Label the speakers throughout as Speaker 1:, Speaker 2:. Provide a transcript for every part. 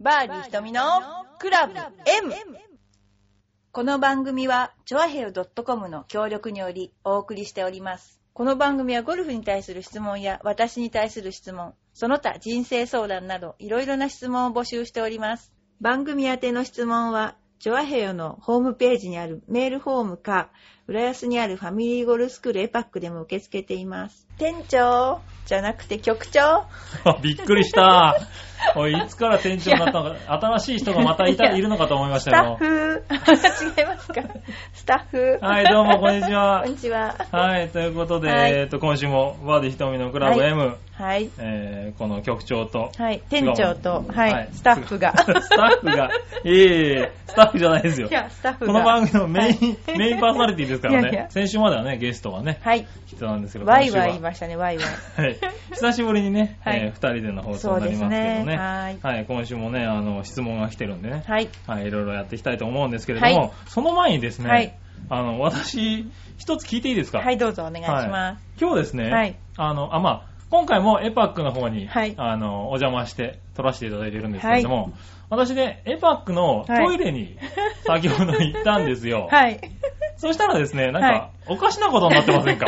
Speaker 1: バーディー瞳のクラブ M! この番組は、チョアヘヨ .com の協力によりお送りしております。この番組はゴルフに対する質問や私に対する質問、その他人生相談などいろいろな質問を募集しております。番組宛ての質問は、チョアヘヨのホームページにあるメールフォームか、浦安にあるファミリーゴルフスクールエパックでも受け付けています。店長じゃなくて局長
Speaker 2: あ びっくりした。おい、いつから店長になったのか、新しい人がまたい
Speaker 1: い
Speaker 2: た、
Speaker 1: や
Speaker 2: いるのかと思いまし
Speaker 1: ス
Speaker 2: た
Speaker 1: タッ
Speaker 2: よ。
Speaker 1: フ 違いますかスタッフ
Speaker 2: はい、どうも、こんにち は
Speaker 1: こん。にちは。
Speaker 2: はい、ということで、
Speaker 1: はい
Speaker 2: えっと、今週も、バーディーひとみのクラブ M、
Speaker 1: はい。
Speaker 2: えー、この局長と、
Speaker 1: はい。店長と、
Speaker 2: 違う
Speaker 1: はい、スタッフが。
Speaker 2: スタッフが、いえいえいえ、スタッフじゃないですよ
Speaker 1: い。や、スタッフ
Speaker 2: こ
Speaker 1: が。
Speaker 2: の番組のメイン、メインパーソナリティですからね。
Speaker 1: いやいや
Speaker 2: 先週まではね、ゲストがね、
Speaker 1: はい。
Speaker 2: 来てたんですけど、
Speaker 1: ワイ
Speaker 2: 今週
Speaker 1: ワ
Speaker 2: は
Speaker 1: イ言いましたね、ワイワイ。
Speaker 2: はい、久しぶりにね、
Speaker 1: はい
Speaker 2: えー二人での放送になりますけど
Speaker 1: そう
Speaker 2: ね
Speaker 1: ですねはい
Speaker 2: はい、今週もねあの質問が来てるんでね、
Speaker 1: はい。
Speaker 2: はい、いろいろやっていきたいと思うんですけれども、
Speaker 1: はい
Speaker 2: その前にですね、
Speaker 1: はい
Speaker 2: あの私一つ聞いていいですか、
Speaker 1: はい、どうぞお願いしま
Speaker 2: 今日ですね、
Speaker 1: はい
Speaker 2: あのあまあ、今回もエパックの方に、
Speaker 1: はい
Speaker 2: あのお邪魔して撮らせていただいてるんですけれども、私ね、エパックのトイレに先ほど行ったんですよ。
Speaker 1: す。 はい。
Speaker 2: そしたらですね、なんか、
Speaker 1: はい
Speaker 2: おかしなことになってませ んか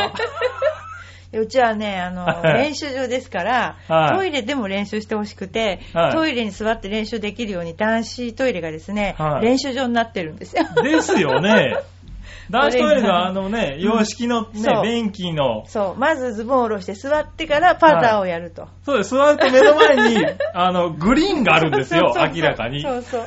Speaker 1: うちはね、あの、
Speaker 2: はい
Speaker 1: 練習場ですから、
Speaker 2: はい
Speaker 1: トイレでも練習してほしくて、
Speaker 2: はい
Speaker 1: トイレに座って練習できるように男子トイレがですね、
Speaker 2: はい
Speaker 1: 練習場になってるんですよ。
Speaker 2: ですよね。男子トイレのあのね、
Speaker 1: ん
Speaker 2: 洋式のね
Speaker 1: そう、
Speaker 2: 便器の、
Speaker 1: そう、まずズボンを下ろして座ってからパターをやると。
Speaker 2: そうです、座ると目の前に、あの、グリーンがあるんですよ、
Speaker 1: そうそうそう
Speaker 2: 明らかに。
Speaker 1: そうそう。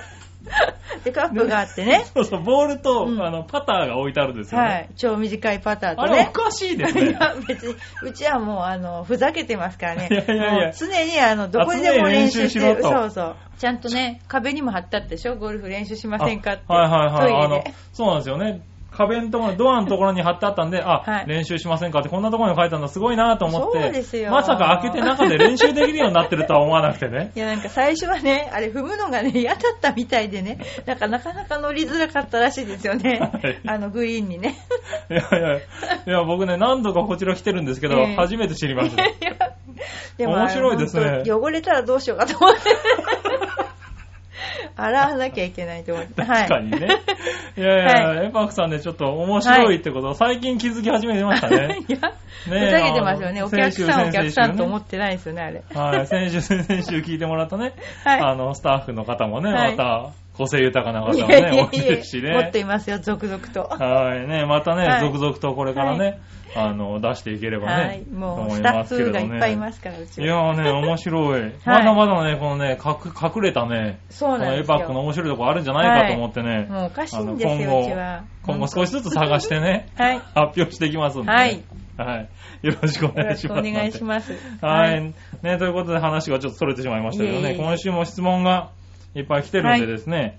Speaker 1: で、カップがあってね。
Speaker 2: そうそう、ボールと、
Speaker 1: うん
Speaker 2: あの、パターが置いてあるんですよね。
Speaker 1: はい。超短いパターと
Speaker 2: あれお
Speaker 1: ね。
Speaker 2: かしいで す
Speaker 1: い
Speaker 2: ね。
Speaker 1: や、別に、うちはもう、あの、ふざけてますからね。
Speaker 2: いやいやいや
Speaker 1: もう常に、あの、どこにでも
Speaker 2: あ常に
Speaker 1: 練
Speaker 2: 練
Speaker 1: 習
Speaker 2: 習
Speaker 1: して
Speaker 2: し
Speaker 1: る
Speaker 2: ろ。と
Speaker 1: そうそう。ちゃんとね、壁にも貼ったってでしょゴルフ練習しませんかって。
Speaker 2: あはいはいはい。あ
Speaker 1: トイレ
Speaker 2: の
Speaker 1: で。、
Speaker 2: そうなんですよね。壁のところ、ドアのところに貼ってあったんで、あ、
Speaker 1: はい
Speaker 2: 練習しませんかって、こんなところに書いたんだ、すごいなと思って、
Speaker 1: そうですよ
Speaker 2: まさか開けて中で練習できるようになってるとは思わなく てね。
Speaker 1: いや、なんか最初はね、あれ踏むのがね、嫌だったみたいでね、なんかなかなか乗りづらかったらしいですよね
Speaker 2: はい。
Speaker 1: あの、グリーンにね。
Speaker 2: いやいや、いや僕ね、何度かこちら来てるんですけど、
Speaker 1: ええ
Speaker 2: 初めて知りま した。
Speaker 1: いや でも
Speaker 2: 面白いですね
Speaker 1: あの本当汚れたらどうしようかと思って。洗わなきゃいけ ないと思 って。
Speaker 2: 確かにね。い、やいや、エパクさんね、ちょっと面白いってことを最近気づき始めてました
Speaker 1: はい
Speaker 2: ね。
Speaker 1: いや、ふ
Speaker 2: ねえ
Speaker 1: ざけてますよね。
Speaker 2: あの
Speaker 1: お客さん、お
Speaker 2: 先週
Speaker 1: 客さんと
Speaker 2: 先週ね
Speaker 1: 思ってないですよね、あれ。
Speaker 2: はい、先週、先々週聞いてもらったね、
Speaker 1: はい
Speaker 2: あの、スタッフの方もね、
Speaker 1: はい
Speaker 2: また、個性豊かな方も
Speaker 1: い
Speaker 2: ね、
Speaker 1: やいやいや
Speaker 2: 多いですしね。
Speaker 1: もっといますよ、続々と。
Speaker 2: はい、ね、またね、
Speaker 1: はい
Speaker 2: 続々とこれからね、あの、出していければね、
Speaker 1: はい。もう、
Speaker 2: と
Speaker 1: ス
Speaker 2: 思
Speaker 1: タ
Speaker 2: ま
Speaker 1: ッ
Speaker 2: すけ
Speaker 1: フ
Speaker 2: れど
Speaker 1: が
Speaker 2: ね
Speaker 1: いっぱいいますから、うち
Speaker 2: い
Speaker 1: は。
Speaker 2: やーね、面白い。まだまだね、このね、隠隠れたね、
Speaker 1: そうなんですよ
Speaker 2: このエパックの面白いとこあるんじゃないかと思ってね、
Speaker 1: もうおかしい
Speaker 2: あの
Speaker 1: んですよ、うちは。、
Speaker 2: 今後、今後少しずつ探してね
Speaker 1: はい。
Speaker 2: 発表していきますんで、ね。
Speaker 1: はい。
Speaker 2: はい。よろしくお
Speaker 1: よ
Speaker 2: 願
Speaker 1: ろ
Speaker 2: いし
Speaker 1: しくお
Speaker 2: ます。
Speaker 1: 願いします。
Speaker 2: はい。。ね、ということで話がちょっと逸れてしまいましたけど
Speaker 1: いえいえ
Speaker 2: ね、
Speaker 1: いえ
Speaker 2: 今週も質問がいっぱい来てるんでですね、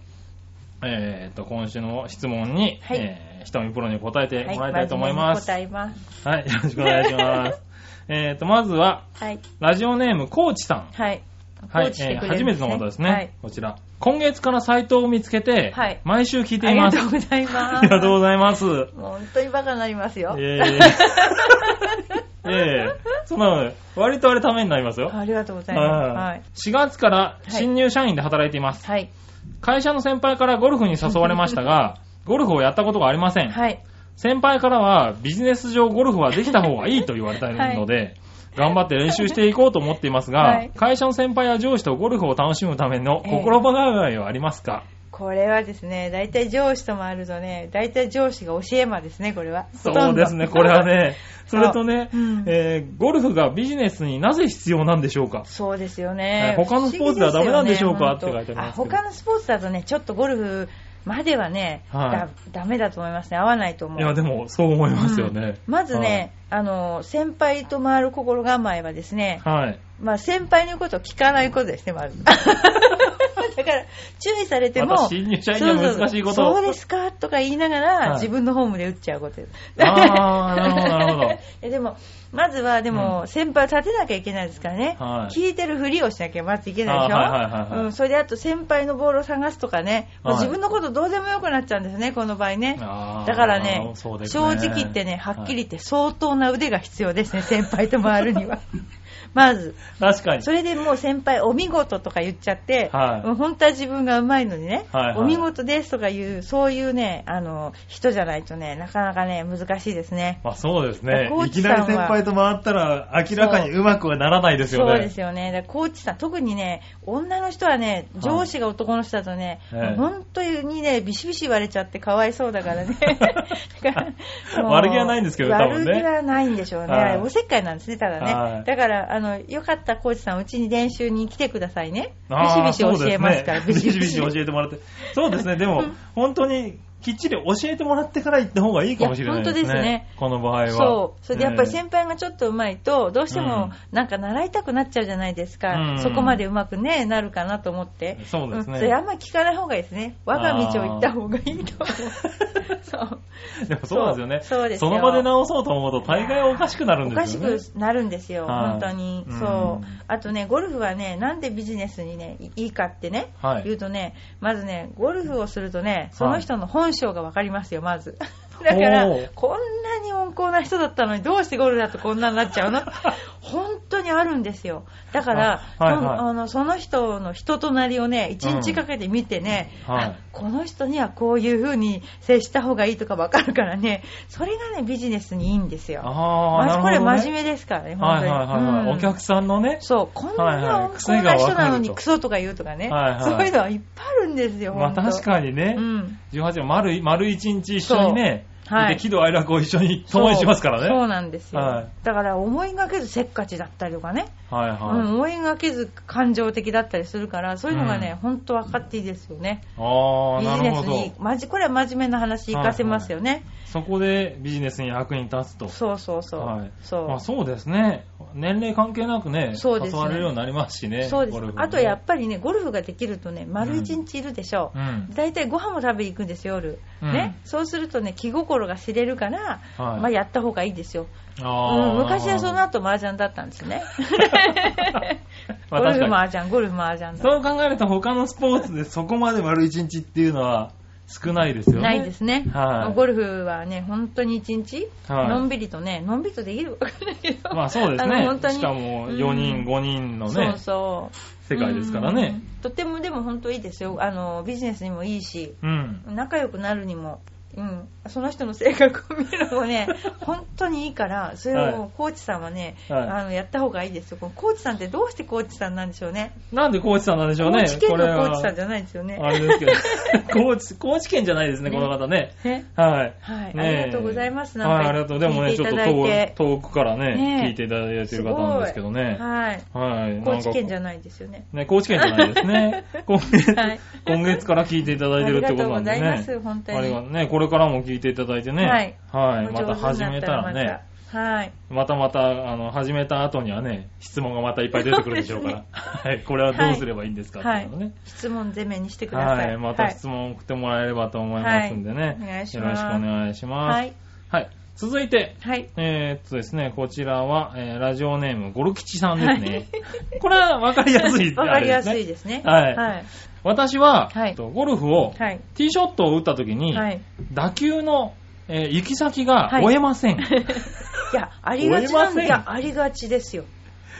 Speaker 2: えーっと、今週の質問に、
Speaker 1: はい
Speaker 2: えー、ひとみプロに答えて
Speaker 1: はい
Speaker 2: もらいたいと思います。
Speaker 1: 真
Speaker 2: は
Speaker 1: 面目に答えます。
Speaker 2: い、よろしくお願いし ます。えーっと、まずは、
Speaker 1: はい。
Speaker 2: ラジオネーム、コーチさん。
Speaker 1: はい。コ
Speaker 2: はい
Speaker 1: ー、チして
Speaker 2: えー
Speaker 1: くれ
Speaker 2: 初
Speaker 1: るんで
Speaker 2: め
Speaker 1: す
Speaker 2: ての方ですね、
Speaker 1: はい。
Speaker 2: こちら。今月からサイトを見つけて、
Speaker 1: はい
Speaker 2: 毎週聞い
Speaker 1: あ
Speaker 2: てい
Speaker 1: り
Speaker 2: ま
Speaker 1: が
Speaker 2: す。
Speaker 1: とうございます。
Speaker 2: ありがとう ございます。
Speaker 1: もう本当にバカになりますよ。
Speaker 2: ええ ええそんな、割とあれためになりますよ。
Speaker 1: ありがとうございます。
Speaker 2: は
Speaker 1: はいい。
Speaker 2: 4月から新入社員で働いています。
Speaker 1: はい。
Speaker 2: 会社の先輩からゴルフに誘われましたが、 ゴルフをやったことがありません。
Speaker 1: はい。
Speaker 2: 先輩からはビジネス上ゴルフはできた方がいいと言われたので、頑張って練習していこうと思っていますが、
Speaker 1: はい
Speaker 2: 会社の先輩や上司とゴルフを楽しむための心構えはありますか、
Speaker 1: これはですね、大体上司ともあるとね、大体上司が教え魔ですね、これは。
Speaker 2: そうですね、
Speaker 1: ほ
Speaker 2: こと
Speaker 1: んど
Speaker 2: れは。 ね。それとね、
Speaker 1: そううん
Speaker 2: えーゴルフがビジネスになぜ必要なんでしょうか
Speaker 1: そうですよね。
Speaker 2: はい他のスポーツではダメなんでしょうかって書いてありますけど
Speaker 1: 本当あ他のスポーツだとね、ちょっとゴルフまではね、
Speaker 2: はい
Speaker 1: だダメだと思いますね。合わないと思う。
Speaker 2: いや、でもそう思いますよね。
Speaker 1: うんまずね、あの、先輩と回る心構えはですね、
Speaker 2: はい、 はい。
Speaker 1: まあ、先輩の言うことを聞かないことですね、ま ず。だから、注意されても、
Speaker 2: また新入社員には難しいこと
Speaker 1: そうそうそうですかとか言いながら、
Speaker 2: はい
Speaker 1: 自分のホームで打っちゃうことです。
Speaker 2: あーなるほどなるほど
Speaker 1: えでも、まずは、でも、先輩を立てなきゃいけないですからね、
Speaker 2: はい
Speaker 1: 聞いてるふりをしなきゃまずいけないでしょ。
Speaker 2: あはいはいはいはい
Speaker 1: うん、それで、あと先輩のボールを探すとかね、もう
Speaker 2: はい
Speaker 1: 自分のことどうでもよくなっちゃうんですね、この場合ね。
Speaker 2: あー
Speaker 1: だからね
Speaker 2: そうですね
Speaker 1: 正直言ってね、はっきり言って相当な腕が必要ですね、先輩と回るには。 まず。
Speaker 2: 確かに。
Speaker 1: それでもう先輩、お見事とか言っちゃって、
Speaker 2: はい
Speaker 1: もう本当は自分がうまいのにね、
Speaker 2: はいはい
Speaker 1: お見事ですとかいう、そういうね、あの、人じゃないとね、なかなかね、難しいですね。
Speaker 2: まあそうですね
Speaker 1: コ。ー
Speaker 2: い
Speaker 1: チ
Speaker 2: き
Speaker 1: さ
Speaker 2: なん
Speaker 1: は
Speaker 2: り先輩と回ったら明らかにうまくはならないですよね。
Speaker 1: そうですよね。だからコーチさん、特にね、女の人はね、
Speaker 2: はい
Speaker 1: 上司が男の人だとね、
Speaker 2: ええ
Speaker 1: 本当にね、ビシビシ言われちゃってかわいそうだから ね。だからもう
Speaker 2: 悪気はないんですけどね多分ね
Speaker 1: 悪気はないんでしょうね。
Speaker 2: はい
Speaker 1: あれおせっかいなんですね、ただね。
Speaker 2: はい
Speaker 1: だから、あの、よかったコーチさん、うちに練習に来てくださいね。
Speaker 2: あー
Speaker 1: ビシビシ教えますから、
Speaker 2: そうですねビシビシ教えてもらって。そうですね、で も、本当にきっちり教えてもらってから行った方がいいかもしれないですね。
Speaker 1: いや本当ですね
Speaker 2: この場合は。
Speaker 1: そう。それでやっぱり
Speaker 2: ええ
Speaker 1: 先輩がちょっと上手いと、どうして
Speaker 2: うん
Speaker 1: もなんか習いたくなっちゃうじゃないですか。
Speaker 2: うん
Speaker 1: そこまで上手くね、なるかなと思って。
Speaker 2: そうですね
Speaker 1: んそれあんまり聞かない方がいいですね。我が道を行った方がいいと思う。 そう。
Speaker 2: でもそうですよね。
Speaker 1: そうそうですよ
Speaker 2: の場で直そうと思うと大概おかしくなるん
Speaker 1: お
Speaker 2: で
Speaker 1: か
Speaker 2: す
Speaker 1: し
Speaker 2: よね。
Speaker 1: くなるんですよ、
Speaker 2: はい
Speaker 1: 本当に、
Speaker 2: うん
Speaker 1: そうあとね、ゴルフはね、なんでビジネスにね、いいいかってね、
Speaker 2: はい
Speaker 1: 言うとね、まずね、ゴルフをするとね、そ
Speaker 2: は
Speaker 1: の
Speaker 2: い
Speaker 1: 人の本性がわかりますよ、まず。 だから
Speaker 2: おー、
Speaker 1: こんなに温厚な人だったのに、どうしてゴルフだとこんなになっちゃ うの本当にあるんですよ。だから、
Speaker 2: あはいはい
Speaker 1: そのあのその人の人となりをね、一
Speaker 2: う
Speaker 1: 日
Speaker 2: ん
Speaker 1: かけて見てね、
Speaker 2: はい
Speaker 1: あこの人にはこういう風に接した方がいいとかわかるからね、それがね、ビジネスにいいんですよ。
Speaker 2: ああ、なるほ
Speaker 1: こ
Speaker 2: ど、ね。
Speaker 1: れ真面目ですからね、
Speaker 2: は
Speaker 1: 本
Speaker 2: い
Speaker 1: 当に。
Speaker 2: はいはい、はい
Speaker 1: うん
Speaker 2: お客さんのね、
Speaker 1: そう、こん
Speaker 2: はい
Speaker 1: な
Speaker 2: はい
Speaker 1: 温厚な人なの
Speaker 2: 癖が分かる
Speaker 1: に
Speaker 2: と
Speaker 1: クソとか言うとかね、
Speaker 2: はいはい
Speaker 1: そういうのはいっぱいあるんですよ、
Speaker 2: まあ
Speaker 1: 本当
Speaker 2: 確かにね、
Speaker 1: うん。
Speaker 2: 18も丸い、丸一日一緒にね、
Speaker 1: そうはい
Speaker 2: いて喜怒哀楽を一緒に共にしますからね。
Speaker 1: そうなんですよ、
Speaker 2: はい
Speaker 1: だから思いがけずせっかちだったりとかね、
Speaker 2: はいはい。
Speaker 1: うん、思いがけず感情的だったりするから、そういうのがね、
Speaker 2: うん
Speaker 1: 本当分かっていいですよね。
Speaker 2: ああ、
Speaker 1: ビ
Speaker 2: な
Speaker 1: ジ
Speaker 2: る
Speaker 1: ネ
Speaker 2: ほ
Speaker 1: スに
Speaker 2: ど。、
Speaker 1: まじ、これは真面目な話、活かせますよね。
Speaker 2: そこでビジネスに役に立つと。
Speaker 1: そうそうそう。
Speaker 2: はい
Speaker 1: そう。
Speaker 2: まあ、そうですね。年齢関係なくね、
Speaker 1: そうですね
Speaker 2: 誘われるようになりますしね。
Speaker 1: そうです、
Speaker 2: ゴルフもね
Speaker 1: あとやっぱりね、ゴルフができるとね、丸一日いるでしょう、
Speaker 2: うん
Speaker 1: 大体ご飯も食べに行くんですよ、夜、
Speaker 2: うん
Speaker 1: ね、そうするとね、気心が知れるから、
Speaker 2: はい
Speaker 1: まあ、やった方がいいですよ、
Speaker 2: あー
Speaker 1: うん昔はその後麻雀だったんです ね、
Speaker 2: ま
Speaker 1: ゴルフ
Speaker 2: あ確か
Speaker 1: 麻雀、ゴルフ麻雀
Speaker 2: に。
Speaker 1: だ
Speaker 2: そう考えると他のスポーツでそこまで丸一日っていうのは少ないですよね。
Speaker 1: ないですね、
Speaker 2: はい
Speaker 1: ゴルフはね、本当に一日、
Speaker 2: はい
Speaker 1: のんびりとね、のんびりとできるわかんないけど、
Speaker 2: まあそうです
Speaker 1: あの
Speaker 2: ね。
Speaker 1: 本当に
Speaker 2: しかも4
Speaker 1: うん
Speaker 2: 人、5人のね
Speaker 1: そう、そう
Speaker 2: 世界ですからね。
Speaker 1: うんとてもでも本当いいですよあのビジネスにもいいし
Speaker 2: うん。
Speaker 1: 仲良くなるにも、うん、その人の性格を見るのも ね本当にいいからそれをもうコーチさんはね、
Speaker 2: はい
Speaker 1: あのやった方がいいですよこのコーチさんってどうしてコーチさんなんでしょうね
Speaker 2: なんで高知さんなんでしょうね。
Speaker 1: 高知県のコーチさんじ
Speaker 2: ゃ
Speaker 1: ゃないですよね
Speaker 2: あ れですけど。高知、高知県じゃないですね、この方ね。
Speaker 1: ね
Speaker 2: はい。
Speaker 1: はい
Speaker 2: ね
Speaker 1: ありがとうございますなんか
Speaker 2: はい、ありがとう。でも
Speaker 1: 聞
Speaker 2: ね、
Speaker 1: いて
Speaker 2: ち
Speaker 1: い
Speaker 2: ょっ
Speaker 1: た
Speaker 2: と
Speaker 1: だいて
Speaker 2: 遠く遠くからね
Speaker 1: ね、
Speaker 2: 聞いていただいて
Speaker 1: す
Speaker 2: る
Speaker 1: ごい
Speaker 2: 方なんですけどね。
Speaker 1: はい
Speaker 2: はい。
Speaker 1: 高知県じゃ
Speaker 2: ない。
Speaker 1: ないですよね
Speaker 2: ね、高知県じゃないで すね。今月、
Speaker 1: はい
Speaker 2: 今月から聞いていただいてるってことなんでね。
Speaker 1: ありがとうございます本当に
Speaker 2: ありがとうね、これからも聞いていただいてね。
Speaker 1: はい
Speaker 2: はい。
Speaker 1: お
Speaker 2: ま
Speaker 1: 上手
Speaker 2: た
Speaker 1: になっ
Speaker 2: 始めたらね、
Speaker 1: またはい
Speaker 2: またまた、あの、始めた後にはね、質問がまたいっぱい出てくるでしょうから。はい。これはどうすればいいんですかっていうのね。
Speaker 1: 質問攻めにしてくださ
Speaker 2: はいい。また質問を送ってもらえればと思いますんでね。
Speaker 1: はいお願いし
Speaker 2: よ
Speaker 1: ま
Speaker 2: ろし
Speaker 1: す
Speaker 2: くお願いします。
Speaker 1: はい
Speaker 2: はい。続いて、
Speaker 1: はい
Speaker 2: えーっとですね、こちらは、えーラジオネーム、ゴル吉さんですね。これは分かりやすい、
Speaker 1: わかりやすい
Speaker 2: す。
Speaker 1: ですね
Speaker 2: はい私は、
Speaker 1: はい
Speaker 2: えっとゴルフを、
Speaker 1: はい
Speaker 2: ティーショットを打った時に、
Speaker 1: はい
Speaker 2: 打球の、えー行き先が
Speaker 1: はい
Speaker 2: 追えません。
Speaker 1: いや、ありがちなんで、
Speaker 2: 追えません
Speaker 1: いや、ありがちですよ。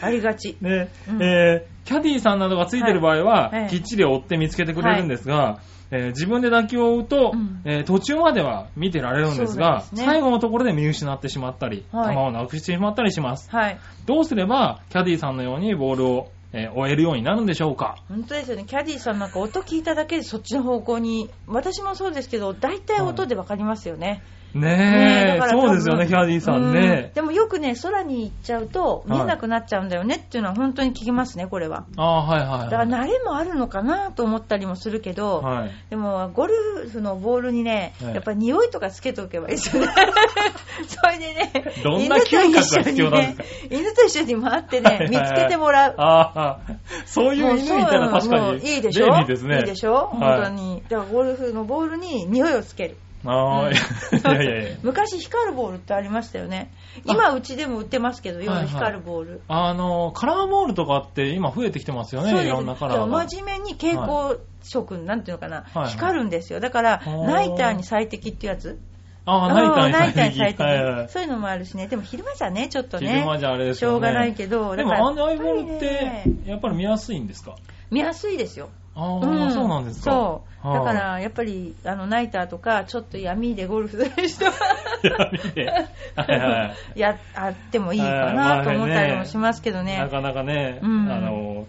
Speaker 1: ありがち。
Speaker 2: ね
Speaker 1: うん
Speaker 2: えーキャディーさんなどがついてる場合
Speaker 1: は
Speaker 2: は、
Speaker 1: いええ
Speaker 2: きっちり追って見つけてくれるんですが、えー自分で打球を追うと、
Speaker 1: うん
Speaker 2: えー途中までは見てられるんです
Speaker 1: そうなん
Speaker 2: が
Speaker 1: ですね
Speaker 2: 最後のところで見失ってしまったり、
Speaker 1: はい
Speaker 2: 球をなくしてしまったりします。
Speaker 1: はい。
Speaker 2: どうすればキャディーさんのようにボールを、えー追えるようになるんでしょうか
Speaker 1: 本当ですよね。キャディーさんなんか音聞いただけでそっちの方向に、私もそうですけど、大体音でわかりますよね。
Speaker 2: ねえ、
Speaker 1: だから多分
Speaker 2: そうですよね、キャディーさん
Speaker 1: う
Speaker 2: ね
Speaker 1: ん。でもよくね、空に行っちゃうと見えなくなっちゃうんだよねっていうのは本当に聞きますね、これは。
Speaker 2: ああー、はいはい
Speaker 1: だ
Speaker 2: はい。
Speaker 1: から慣れもあるのかなと思ったりもするけど、
Speaker 2: はい
Speaker 1: でも、ゴルフのボールにね、
Speaker 2: はい
Speaker 1: やっぱ匂いとかつけておけばいいですよ ね。それでね、
Speaker 2: どんな嗅覚が必要なんですか
Speaker 1: 犬と一緒にね、犬と一緒に回ってね、見つけてもらう。
Speaker 2: ああ、そういう
Speaker 1: もう
Speaker 2: 犬いたら確
Speaker 1: も
Speaker 2: か
Speaker 1: う
Speaker 2: に
Speaker 1: いいでしょ
Speaker 2: 便利ですね。
Speaker 1: いいでしょ、
Speaker 2: はい
Speaker 1: 本当に。だからゴルフのボールに匂いをつける。
Speaker 2: ああ、い やいやいや。
Speaker 1: 昔光るボールってありましたよね。今うちでも売ってますけど、
Speaker 2: はいは
Speaker 1: 夜
Speaker 2: い
Speaker 1: 光るボール。
Speaker 2: あの、カラーボールとかって今増えてきてますよ
Speaker 1: そう
Speaker 2: ね、い
Speaker 1: です
Speaker 2: ろんなカラーが。
Speaker 1: 真面目に蛍光色、なんていうのかな、
Speaker 2: はい
Speaker 1: 光るんですよ。だから、
Speaker 2: おー
Speaker 1: ナイターに最適っていうやつ。
Speaker 2: ああ、泣いたんや、
Speaker 1: 泣いたり
Speaker 2: 最近はいはい
Speaker 1: そういうのもあるしね。でも昼間じゃね、ちょっとね。
Speaker 2: 昼間じゃあれです
Speaker 1: し
Speaker 2: よね。
Speaker 1: ょうがないけど、
Speaker 2: で
Speaker 1: だから
Speaker 2: も、あのアイボール
Speaker 1: や
Speaker 2: っ
Speaker 1: ぱ
Speaker 2: て
Speaker 1: りね、
Speaker 2: やっぱり見やすいんですか
Speaker 1: 見やすいですよ。
Speaker 2: ああ、
Speaker 1: ん
Speaker 2: そうなんですか。
Speaker 1: そう。
Speaker 2: はあ
Speaker 1: だか、ら、やっぱり、あの、ナイターとか、ちょっと闇でゴルフしては
Speaker 2: 闇で。はいは い。
Speaker 1: や、あってもいいか
Speaker 2: は
Speaker 1: ないと思ったり
Speaker 2: まあ
Speaker 1: も
Speaker 2: ね
Speaker 1: しますけどね。
Speaker 2: なかなかね、
Speaker 1: うん
Speaker 2: あの、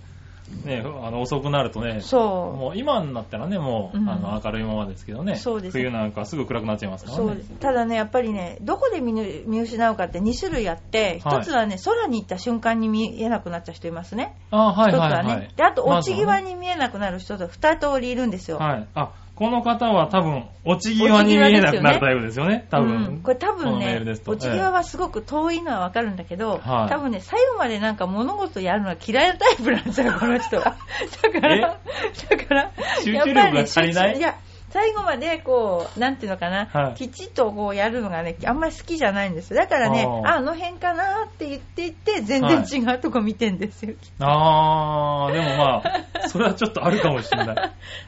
Speaker 2: ね、あの遅くなるとね、
Speaker 1: そ
Speaker 2: もう今になったらね、もう、
Speaker 1: うん
Speaker 2: あの明るいままですけどね、
Speaker 1: そうです
Speaker 2: 冬なんかすぐ暗くなっちゃいま
Speaker 1: う。
Speaker 2: すから
Speaker 1: そう
Speaker 2: ね。
Speaker 1: ただね、やっぱりね、どこで見ぬ見失うかって2種類あって、
Speaker 2: はい
Speaker 1: 1つはね、空に行った瞬間に見えなくなっちゃう人いますね。
Speaker 2: ああ、はい
Speaker 1: 一つ
Speaker 2: は
Speaker 1: はい
Speaker 2: はい
Speaker 1: ね。。で、あと、落ち
Speaker 2: まずは
Speaker 1: 際
Speaker 2: ね
Speaker 1: に見えなくなる人と2通りいるんですよ。
Speaker 2: はい。あ、この方は多分、落ち際に見えなくなるタイプですよね、多分。
Speaker 1: うんこれ多
Speaker 2: こ
Speaker 1: 分
Speaker 2: のメー
Speaker 1: ね
Speaker 2: ルです、と
Speaker 1: 落ち際はすごく遠いのはわかるんだけど、
Speaker 2: はい
Speaker 1: 多分ね、最後までなんか物事やるのは嫌いなタイプなんです よ、この人は。だから、だから、
Speaker 2: 集
Speaker 1: やっぱ
Speaker 2: 中力
Speaker 1: り
Speaker 2: が
Speaker 1: ね
Speaker 2: 足りない
Speaker 1: 集中いや、最後までこう、なんていうのかな、
Speaker 2: はい
Speaker 1: きちっとこうやるのがね、あんまり好きじゃないんですよ。だからね、
Speaker 2: あー
Speaker 1: ああの辺かなって言っていって、全然違うとこ見てんですよ。
Speaker 2: あー、でもま あ、それはちょっとあるかもしれない。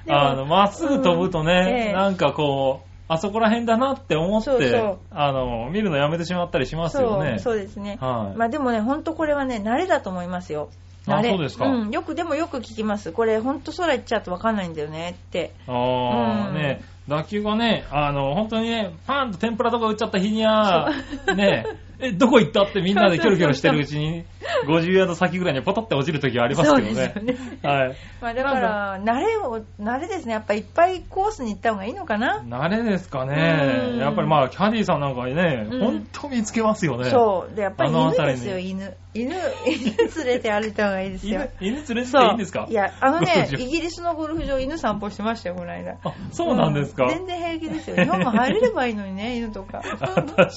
Speaker 1: でも
Speaker 2: あの、まっすぐ飛ぶと
Speaker 1: うんえ
Speaker 2: ね、
Speaker 1: え
Speaker 2: なんかこう、あそこら辺だなって思っ
Speaker 1: そうそう
Speaker 2: て、あの、見るのやめてしまったりしますよね。
Speaker 1: そうそうですね、
Speaker 2: はい
Speaker 1: まあでもね本当これはね慣れだと思いますよ
Speaker 2: あ
Speaker 1: 慣れ
Speaker 2: そうですか
Speaker 1: ん、よくでもよく聞きますこれ本当空行っちゃうと分かんないんだよねって
Speaker 2: ああ、
Speaker 1: うん
Speaker 2: ね、打球がね、あの、本当にね、パンと天ぷらとか打っちゃった日には、ね、え、どこ行ったってみんなでキョロキョロしてるうちに、50ヤード先ぐらいにポトって落ちる時はありますけどね。
Speaker 1: そうですよね
Speaker 2: はい。
Speaker 1: まあだから慣れを慣れですねやっぱいっぱいコースに行った方がいいのかな、
Speaker 2: 慣れですかね
Speaker 1: う。ん
Speaker 2: やっぱりまあ、キャディーさんなんかね、
Speaker 1: うん
Speaker 2: 本当見つけますよね。
Speaker 1: そうでやっぱり
Speaker 2: あの
Speaker 1: 犬
Speaker 2: 辺
Speaker 1: で
Speaker 2: りに
Speaker 1: すよ犬犬犬連れて歩いた方がいいですよ
Speaker 2: 犬、犬連れてっ
Speaker 1: そう
Speaker 2: ていいんですか
Speaker 1: いやあのね
Speaker 2: 50
Speaker 1: イギリスのゴルフ場犬散歩してましたよこの間
Speaker 2: あ、そうなんですか。
Speaker 1: う全然平気ですよ日本も入れればいいのにね犬とか
Speaker 2: あ確かに。ま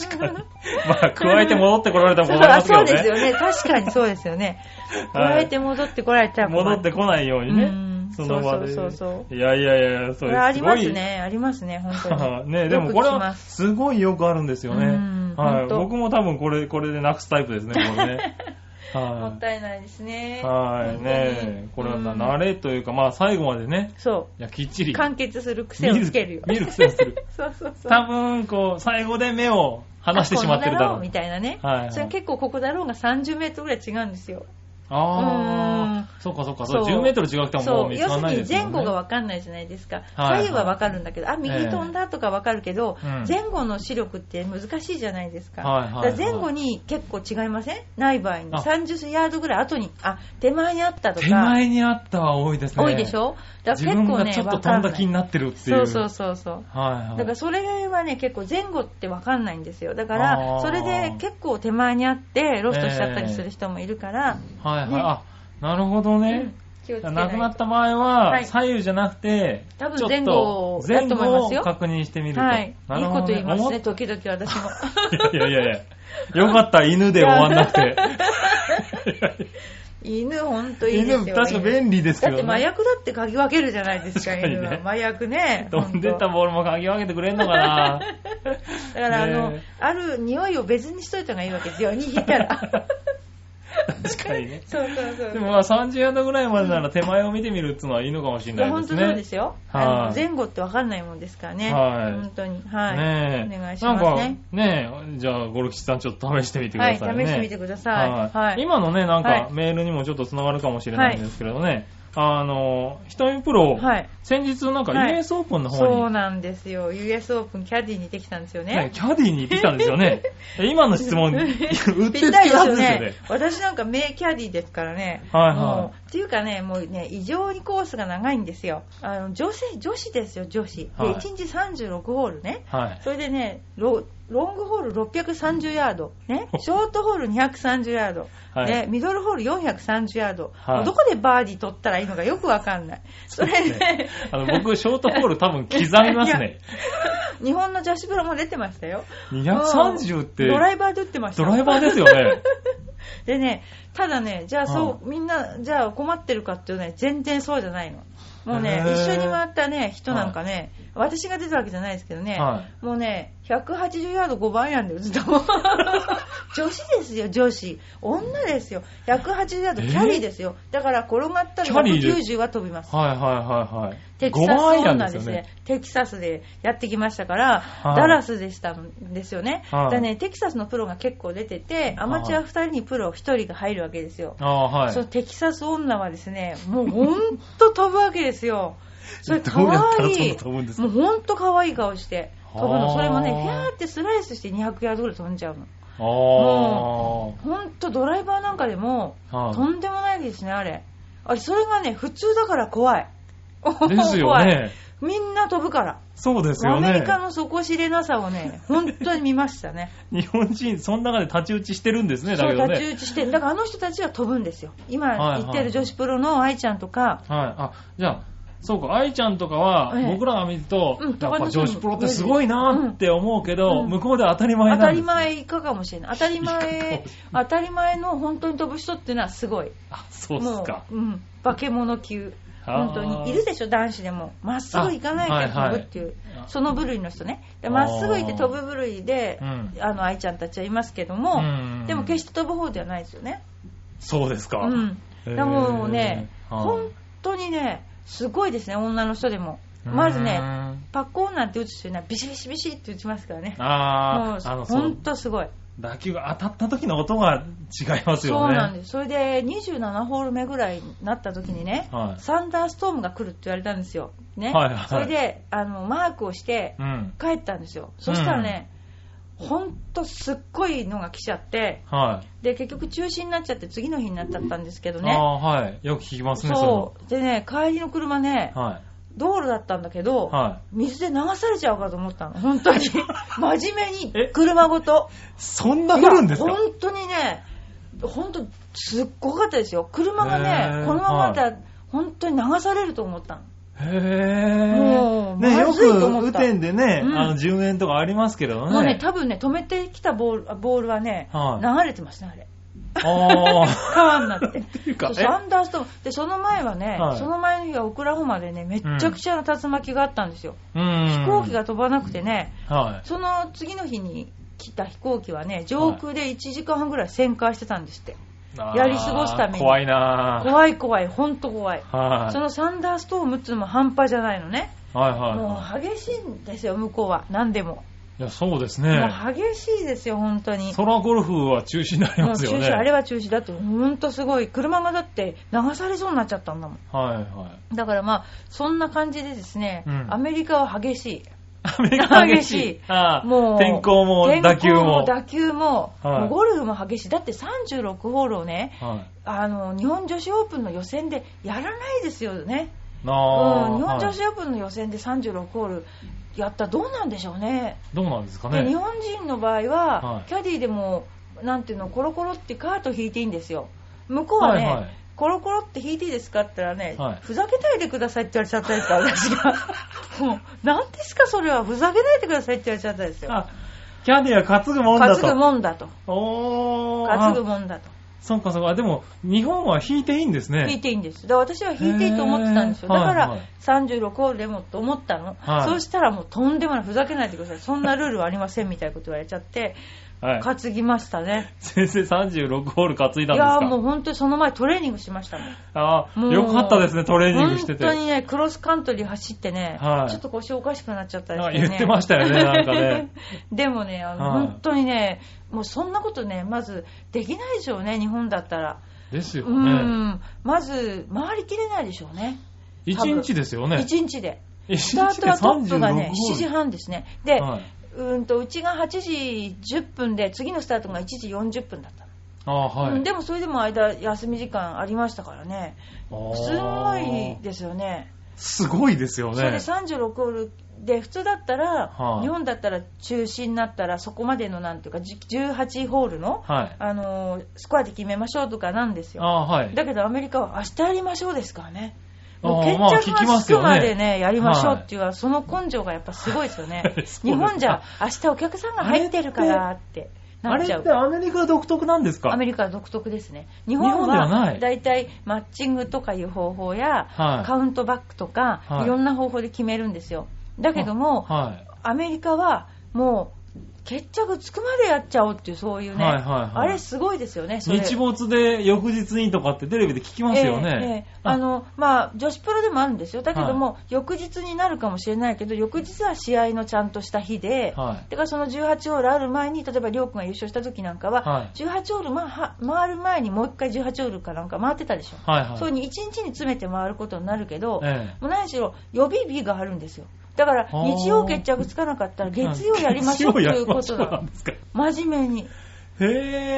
Speaker 2: あ、加えて戻ってこられたら
Speaker 1: そ
Speaker 2: 困
Speaker 1: う
Speaker 2: ります
Speaker 1: そうで
Speaker 2: けどね。
Speaker 1: すよね。確かにそうですよね。
Speaker 2: はい
Speaker 1: 加えて戻ってこられたら困る
Speaker 2: 戻ってこないように
Speaker 1: う
Speaker 2: ね
Speaker 1: ん。
Speaker 2: その場で。
Speaker 1: そうそうそう
Speaker 2: いやいやいや、そ
Speaker 1: こ
Speaker 2: れ
Speaker 1: れあ
Speaker 2: す
Speaker 1: り
Speaker 2: ご
Speaker 1: ます
Speaker 2: い。
Speaker 1: ね。ありますね、本当に。
Speaker 2: ね、でもこれは
Speaker 1: よ
Speaker 2: すごいよくあるんですよね
Speaker 1: うん。
Speaker 2: はい、
Speaker 1: 本当
Speaker 2: 僕も多分これ、これでなくすタイプですね、これ ね。
Speaker 1: く聞きますもっ
Speaker 2: は
Speaker 1: たいないですね。
Speaker 2: い。はい、ねこれはな慣
Speaker 1: れ。
Speaker 2: れというか、まあ最後までね、
Speaker 1: そ
Speaker 2: いや、きっち
Speaker 1: う。
Speaker 2: り。
Speaker 1: 完結する癖をつけるよ。
Speaker 2: 見る癖をする。
Speaker 1: そう そうそう。
Speaker 2: 多分、こう、最後で目を離してしまってるだ
Speaker 1: あこ
Speaker 2: ろ
Speaker 1: んな
Speaker 2: う
Speaker 1: み。たいなね。
Speaker 2: はいはい
Speaker 1: それ結構ここだろうが30メートルぐらい違うんですよ。
Speaker 2: ああ、そっかそっか、それ10メートル違くてもも
Speaker 1: そうう。
Speaker 2: 見つ
Speaker 1: 要
Speaker 2: から
Speaker 1: す
Speaker 2: な
Speaker 1: る
Speaker 2: いで
Speaker 1: に
Speaker 2: すよね。
Speaker 1: 前後がわかんないじゃないですか。
Speaker 2: はい
Speaker 1: 左右はわかるんだけど、あ、右飛んだとかわかるけど、
Speaker 2: ええうん
Speaker 1: 前後の視力って難しいじゃないですか。
Speaker 2: はいはいはい
Speaker 1: だから前後に結構違いませんない場合に。
Speaker 2: あ
Speaker 1: 30ヤードぐらい後に、あ、手前にあったとか。
Speaker 2: 手前にあったは多いですね。
Speaker 1: 多いでしょだか
Speaker 2: 自
Speaker 1: ら
Speaker 2: 分
Speaker 1: 結構
Speaker 2: が
Speaker 1: ね、
Speaker 2: ちょっと
Speaker 1: わ
Speaker 2: 飛
Speaker 1: か
Speaker 2: ん
Speaker 1: んな
Speaker 2: だ
Speaker 1: い。
Speaker 2: 気になってるってい。
Speaker 1: そううそうそうそう。
Speaker 2: はいはい。
Speaker 1: だからそれはね結構前後って分かんないんですよだから
Speaker 2: あー
Speaker 1: それで結構手前にあってロストしちゃったりする人もいるから、
Speaker 2: はいはい。
Speaker 1: ね
Speaker 2: あ、なるほどね。
Speaker 1: 気をつけな
Speaker 2: 亡
Speaker 1: いと
Speaker 2: くなった場合は、
Speaker 1: はい
Speaker 2: 左右じゃなくて、
Speaker 1: 多分
Speaker 2: ちょっ
Speaker 1: 前後
Speaker 2: と
Speaker 1: だと思います
Speaker 2: 前後を
Speaker 1: よ
Speaker 2: 確認してみると。
Speaker 1: はい、
Speaker 2: ない
Speaker 1: い
Speaker 2: る
Speaker 1: こ
Speaker 2: ほ
Speaker 1: と
Speaker 2: ど
Speaker 1: 言いますね
Speaker 2: 思っ
Speaker 1: 時々私も
Speaker 2: いやいやいや。よかった、犬で終わんな くて。
Speaker 1: 犬ほんといいですよ
Speaker 2: 犬、確か便利ですけ
Speaker 1: だ
Speaker 2: ど
Speaker 1: っ
Speaker 2: ね。
Speaker 1: て麻薬だって嗅ぎ分けるじゃないですか
Speaker 2: 確かに
Speaker 1: 犬
Speaker 2: ね
Speaker 1: は麻薬ね
Speaker 2: 飛んでっ
Speaker 1: ほ
Speaker 2: た
Speaker 1: と
Speaker 2: ボールも嗅ぎ分けてくれんのかな
Speaker 1: だからあの、
Speaker 2: ね
Speaker 1: ある匂いを別にしといた方がいいわけ ですよ2匹から
Speaker 2: 確かにね。
Speaker 1: そうそうそう
Speaker 2: でもまあ30ヤードぐらいまでなら手前を見てみるっていうのはいいのかもしれ
Speaker 1: い
Speaker 2: な
Speaker 1: や
Speaker 2: いで
Speaker 1: 本
Speaker 2: す
Speaker 1: 当
Speaker 2: ね。
Speaker 1: そうですよ、
Speaker 2: はい
Speaker 1: あの前後って分かんないもんですからね、
Speaker 2: はい
Speaker 1: 本当に、はい
Speaker 2: ねえ。
Speaker 1: お願いしますね。
Speaker 2: なんか、ねえ、じゃあ、ゴルキチさんちょっと試してみてく
Speaker 1: は
Speaker 2: だ
Speaker 1: い、
Speaker 2: さいね。
Speaker 1: 試してみてください。
Speaker 2: は
Speaker 1: はいい。
Speaker 2: 今のね、な
Speaker 1: は
Speaker 2: んか
Speaker 1: い
Speaker 2: メールにもちょっとつながるかもしれないんですけれどね、あの、瞳プロ、
Speaker 1: はい
Speaker 2: 先日なんか
Speaker 1: はい
Speaker 2: US オープンの方に、
Speaker 1: そうなんですよ。US オープンキャディにできたんですよ
Speaker 2: ね
Speaker 1: ね。
Speaker 2: キャディーに行ってきたんです よね。え今の質問、うってつけ
Speaker 1: ぴったりです
Speaker 2: なん
Speaker 1: よ
Speaker 2: です
Speaker 1: ね
Speaker 2: よね。。
Speaker 1: 私なんか名キャディですからね。
Speaker 2: はいはい
Speaker 1: もうっていうかね、もうね、異常にコースが長いんですよ。あの、女子、女子ですよ、女子。で、
Speaker 2: はい
Speaker 1: 1日36ホールね。
Speaker 2: はい。
Speaker 1: それでねロ、ロングホール630ヤード、 ね、ショートホール230ヤード、
Speaker 2: はい
Speaker 1: ね、ミドルホール430ヤード、
Speaker 2: はい
Speaker 1: もうどこでバーディー取ったらいいのかよくわかんない、それで、
Speaker 2: あの、僕、ショートホール多分刻みますね。
Speaker 1: 日本の女子プロも出てましたよ、
Speaker 2: 230って、
Speaker 1: ドライバーで打ってました
Speaker 2: ド
Speaker 1: よ
Speaker 2: ライバーです よね。
Speaker 1: でね、ただね、じゃあ
Speaker 2: は
Speaker 1: そ、
Speaker 2: いう
Speaker 1: みんな、じゃあ困ってるかっていうとね、全然そうじゃないの。もう
Speaker 2: へ
Speaker 1: ね、
Speaker 2: ー
Speaker 1: 一緒に回ったね、人なんかね、私が出たわけじゃないですけどね、
Speaker 2: は
Speaker 1: もうね、 180ヤード5倍なんだよ、ずっと。女子ですよ、女子。女ですよ。180ヤードキャリーですよ。だから転がったら
Speaker 2: キャリーで
Speaker 1: 190は飛びます。
Speaker 2: はいはいはいはい。
Speaker 1: テキサス
Speaker 2: 5倍
Speaker 1: 女
Speaker 2: なん
Speaker 1: で
Speaker 2: ですす
Speaker 1: ね
Speaker 2: よね。
Speaker 1: テキサスでやってきましたから、
Speaker 2: はい
Speaker 1: ダラスでしたんですよね。
Speaker 2: はい
Speaker 1: だね、テキサスのプロが結構出てて、アマチュア2人にプロ1人が入るわけですよ。
Speaker 2: ああ、はい。
Speaker 1: そのテキサス女はですね、もうほんと飛ぶわけです よ。それか
Speaker 2: どうやった
Speaker 1: わ
Speaker 2: ら
Speaker 1: い
Speaker 2: そん
Speaker 1: い
Speaker 2: な。飛ぶんです
Speaker 1: もう
Speaker 2: か
Speaker 1: ほんと可愛い顔して飛ぶの。
Speaker 2: はあ
Speaker 1: それもね、ひゃーってスライスして200ヤードぐらい飛んじゃうの。
Speaker 2: あ
Speaker 1: ほんとドライバーなんかでも、
Speaker 2: あ。はい
Speaker 1: とんでもないですね、あれ。あれ、それがね、普通だから怖い。
Speaker 2: ですよ
Speaker 1: 怖い。
Speaker 2: ね。
Speaker 1: みんな飛ぶから。
Speaker 2: そうです
Speaker 1: ア
Speaker 2: よ
Speaker 1: メリ
Speaker 2: ね。
Speaker 1: カの底知れなさを ね、本当に見ましたね。
Speaker 2: 日本人、その中で太刀打ちしてるんですね、
Speaker 1: そ
Speaker 2: だ
Speaker 1: う、
Speaker 2: けど
Speaker 1: 太刀
Speaker 2: ね。
Speaker 1: 打ちして、だからあの人たちは飛ぶんですよ。
Speaker 2: は
Speaker 1: 今
Speaker 2: い
Speaker 1: 言ってる女子プロの愛ちゃんとか、
Speaker 2: はい。あ、じゃあ、そうか、愛ちゃんとかは
Speaker 1: ええ、
Speaker 2: 僕らが見ると、
Speaker 1: うん
Speaker 2: やっぱ女子プロって
Speaker 1: うん
Speaker 2: すごいなーって思うけど、
Speaker 1: うん
Speaker 2: 向こうでは当たり前な
Speaker 1: 当
Speaker 2: んです
Speaker 1: たり前以下かもしれない。当たり前
Speaker 2: い、
Speaker 1: 当たり前の本当に飛ぶ人ってのはすごい。
Speaker 2: あ、そうっす
Speaker 1: も
Speaker 2: か。
Speaker 1: う、うん、化け物級。
Speaker 2: あー
Speaker 1: 本当に。いるでしょ、男子でも。まっすぐ行かないけど飛ぶっていう
Speaker 2: はいは。い
Speaker 1: その部類の人ね。で
Speaker 2: あー
Speaker 1: まっすぐ行って飛ぶ部類で
Speaker 2: う、ん。
Speaker 1: あの、愛ちゃんたちはいますけど
Speaker 2: う
Speaker 1: も、
Speaker 2: ん
Speaker 1: でも決して飛ぶ方ではないですよね。
Speaker 2: そうですか。
Speaker 1: うん。
Speaker 2: へー
Speaker 1: だからもうね、
Speaker 2: はい
Speaker 1: 本当にね、すごいですね、女の人でも。
Speaker 2: うーん
Speaker 1: まずね、パッコーンなんて打つ人にはビシビシビシって打ちますからね。も
Speaker 2: あ
Speaker 1: う
Speaker 2: あ、あの、そ
Speaker 1: 本
Speaker 2: う、
Speaker 1: 当すごい。
Speaker 2: 打球が当たった時の音が違います
Speaker 1: そ
Speaker 2: よ
Speaker 1: う
Speaker 2: ね。
Speaker 1: なんです。それで27ホール目ぐらいになった時にね、
Speaker 2: はい
Speaker 1: サンダーストームが来るって言われたんですよ。ね。
Speaker 2: はいはい
Speaker 1: それで、あの、マークをして
Speaker 2: うん。
Speaker 1: 帰ったんですよ。そしたらね、ほんとすっごいのが来ちゃって、
Speaker 2: はい。
Speaker 1: で、結局中止になっちゃって次の日になっちゃったんですけど
Speaker 2: あ
Speaker 1: ね。
Speaker 2: あ、はい。よく聞きますね、
Speaker 1: そ。
Speaker 2: そう
Speaker 1: でね、帰りの車ね、
Speaker 2: の。はい。
Speaker 1: 道路だったんだけど、
Speaker 2: は
Speaker 1: 水で流されちゃうかと思ったの、本当 に。真面目に
Speaker 2: え、
Speaker 1: 車ごと。
Speaker 2: い。そんな降るんです
Speaker 1: い
Speaker 2: か
Speaker 1: や本当にね、本当、すっごかったですよ。車が
Speaker 2: へ
Speaker 1: ね、
Speaker 2: ー
Speaker 1: このままだ
Speaker 2: は
Speaker 1: ったら、本当に流されると思ったの。
Speaker 2: へ
Speaker 1: もう
Speaker 2: ぇー。ね、
Speaker 1: ま
Speaker 2: よ
Speaker 1: ずいと
Speaker 2: く
Speaker 1: 思っ
Speaker 2: 雨
Speaker 1: た
Speaker 2: 天でね、
Speaker 1: うん
Speaker 2: あの、10円とかありますけれど
Speaker 1: もうね、
Speaker 2: ね。
Speaker 1: 多分ね、止めてきたボールあボールはね、
Speaker 2: はい
Speaker 1: 流れてましたね、あれ。
Speaker 2: ああ。
Speaker 1: 川になって。
Speaker 2: っていうか、
Speaker 1: そう
Speaker 2: え
Speaker 1: サンダーストームで、その前はね、
Speaker 2: はい
Speaker 1: その前の日はオクラホマでね、めっちゃくちゃな竜巻があったんですよ。
Speaker 2: 飛
Speaker 1: 飛行機が、飛ばなくてね、
Speaker 2: は
Speaker 1: その次の日に来た飛行機はね、上空で1時間半ぐらい旋回してたんですって。
Speaker 2: い。あー
Speaker 1: やり過ごすために
Speaker 2: 怖いな
Speaker 1: 怖い怖い、ほんと怖い。
Speaker 2: ぁ。はい。
Speaker 1: そのサンダーストームっていうのも半端じゃないのね。
Speaker 2: はいはい
Speaker 1: も
Speaker 2: は
Speaker 1: う激しいんですよ、向こうは。何でも。
Speaker 2: い。いや、そうです
Speaker 1: も
Speaker 2: ね。
Speaker 1: う激しいですよ、本当に。
Speaker 2: 空ゴルフは中止になり
Speaker 1: も
Speaker 2: ま
Speaker 1: う
Speaker 2: す
Speaker 1: 中
Speaker 2: よね。
Speaker 1: 止、あれは中止だって、ほんとすごい。車がだって流されそうになっちゃったんだもん。
Speaker 2: はいはい。
Speaker 1: だからまあ、そんな感じでですね、
Speaker 2: うん
Speaker 1: アメリカは激しい。
Speaker 2: アメリカ
Speaker 1: 激
Speaker 2: 激し
Speaker 1: しい
Speaker 2: い。ああ
Speaker 1: もう、
Speaker 2: 天候も
Speaker 1: 天候
Speaker 2: 打球も。
Speaker 1: 打球も、
Speaker 2: はい
Speaker 1: もうゴルフも激しい。だって36ホールをね、
Speaker 2: はい。
Speaker 1: あの、日本女子オープンの予選でやらないですよね。
Speaker 2: な
Speaker 1: うん、
Speaker 2: あ
Speaker 1: 日本女
Speaker 2: はい
Speaker 1: 子オープンの予選で36ホールやったらどうなんでしょうね。
Speaker 2: どうなんですか
Speaker 1: で日
Speaker 2: ね。
Speaker 1: 本人の場合は、
Speaker 2: はい
Speaker 1: キャディでも、なんていうの、コロコロってカート引いていいんですよ。向こうはね、
Speaker 2: はいはい
Speaker 1: コロコロって引いていいですかって言ったらね、
Speaker 2: はい
Speaker 1: ふざけないでくださいって言われちゃったんですよ、私 が。もう、何ですかそれは、ふざけないでくださいって言われちゃったんですよ。
Speaker 2: あ、キャディは担ぐもんだ
Speaker 1: 担
Speaker 2: と。
Speaker 1: ぐもんだと。
Speaker 2: おー。
Speaker 1: 担ぐ
Speaker 2: あ
Speaker 1: もんだと。
Speaker 2: そっかそっか。でも、日本は引いていいんです
Speaker 1: 引い
Speaker 2: ね。
Speaker 1: ていいんです。だから私は引いていいと思ってたんですよ。
Speaker 2: へー
Speaker 1: だか
Speaker 2: はい
Speaker 1: ら
Speaker 2: はい
Speaker 1: 36ホールでもと思ったの。
Speaker 2: はい
Speaker 1: そうしたらもうとんでもない、ふざけないでください。そんなルールはありませんみたいなこと言われちゃって、
Speaker 2: はい。
Speaker 1: 担ぎましたね。
Speaker 2: 先生36ホール担いだ
Speaker 1: いやー
Speaker 2: んで
Speaker 1: もう
Speaker 2: すか
Speaker 1: 本当にその前トレーニングしましたもん。
Speaker 2: あ
Speaker 1: もう
Speaker 2: あ、よかったですね、トレーニングしてて。
Speaker 1: 本当にね、クロスカントリー走ってね、
Speaker 2: はい
Speaker 1: ちょっと腰おかしくなっちゃったんですけどね。
Speaker 2: あ言ってましたよねなんかね
Speaker 1: でもね、あの
Speaker 2: はい
Speaker 1: 本当にね、もうそんなことね、まずできないでしょうね、日本だったら。
Speaker 2: です
Speaker 1: う
Speaker 2: よね。
Speaker 1: ん、まず回りきれないでしょうね。
Speaker 2: 1日ですよね。
Speaker 1: 1日で。
Speaker 2: 1
Speaker 1: スタートはトップがね、7時
Speaker 2: 半。
Speaker 1: 半ですね。で、
Speaker 2: はい。
Speaker 1: うーんと、うちが8時10分で、次のスタートが1時40分だったの。
Speaker 2: ああ、は
Speaker 1: う
Speaker 2: い
Speaker 1: ん。でもそれでも間、休み時間ありましたからね。すんごいですよね。
Speaker 2: すごいですよ
Speaker 1: それで
Speaker 2: ね。
Speaker 1: 36ホールで、普通だったら、
Speaker 2: はい
Speaker 1: 日本だったら中止になったら、そこまでのなんていうか、じ18ホールの、
Speaker 2: はい。
Speaker 1: あのースコアで決めましょうとかなんですよ。
Speaker 2: ああー、はい。
Speaker 1: だけどアメリカは明日やりましょうですからね。もう
Speaker 2: あ
Speaker 1: 決
Speaker 2: ーまあ
Speaker 1: 着がつくまで
Speaker 2: 聞きますよ
Speaker 1: ね、やりましょうっていうのは、その根性がやっぱすごいですよね
Speaker 2: そうで。すか
Speaker 1: 日本じゃ明日お客さんが入ってるからってな
Speaker 2: あ
Speaker 1: っ
Speaker 2: れ
Speaker 1: ちゃ
Speaker 2: っ
Speaker 1: う
Speaker 2: て。アメリカ独特なんですか
Speaker 1: アメリカは独特ですね。日
Speaker 2: 日
Speaker 1: 本
Speaker 2: 本では
Speaker 1: は
Speaker 2: ない
Speaker 1: だいたいマッチングとかいう方法や、
Speaker 2: はい
Speaker 1: カウントバックとか、
Speaker 2: はい
Speaker 1: いろんな方法で決めるんですよ。だけども、
Speaker 2: はい。
Speaker 1: アメリカはもう決着つくまでやっちゃおうっていう、そういうね。
Speaker 2: はいはいはい
Speaker 1: あれすごいですよね、それ
Speaker 2: 日没で翌日にとかってテレビで聞きますよ
Speaker 1: ええええ
Speaker 2: ね。
Speaker 1: あのまあ、女子プロでもあるんですよ、だけども、翌日になるかもしれないけど、翌日は試合のちゃんとした日で、
Speaker 2: はい
Speaker 1: だからその18オールある前に、例えばりょうくんが優勝した時なんかは、
Speaker 2: はい
Speaker 1: 18オール、ま、は回る前にもう一回18オールかなんか回ってたでしょ、
Speaker 2: はいはい。
Speaker 1: そういうふうに1日に詰めて回ることになるけど、
Speaker 2: ええ
Speaker 1: もう何しろ予備日があるんですよ。だから
Speaker 2: あー
Speaker 1: 日曜決着つかなかったら月曜やりましょうっていうこと
Speaker 2: 月曜やりましょうな
Speaker 1: だ
Speaker 2: ん。ですか。
Speaker 1: 真面目に。
Speaker 2: へ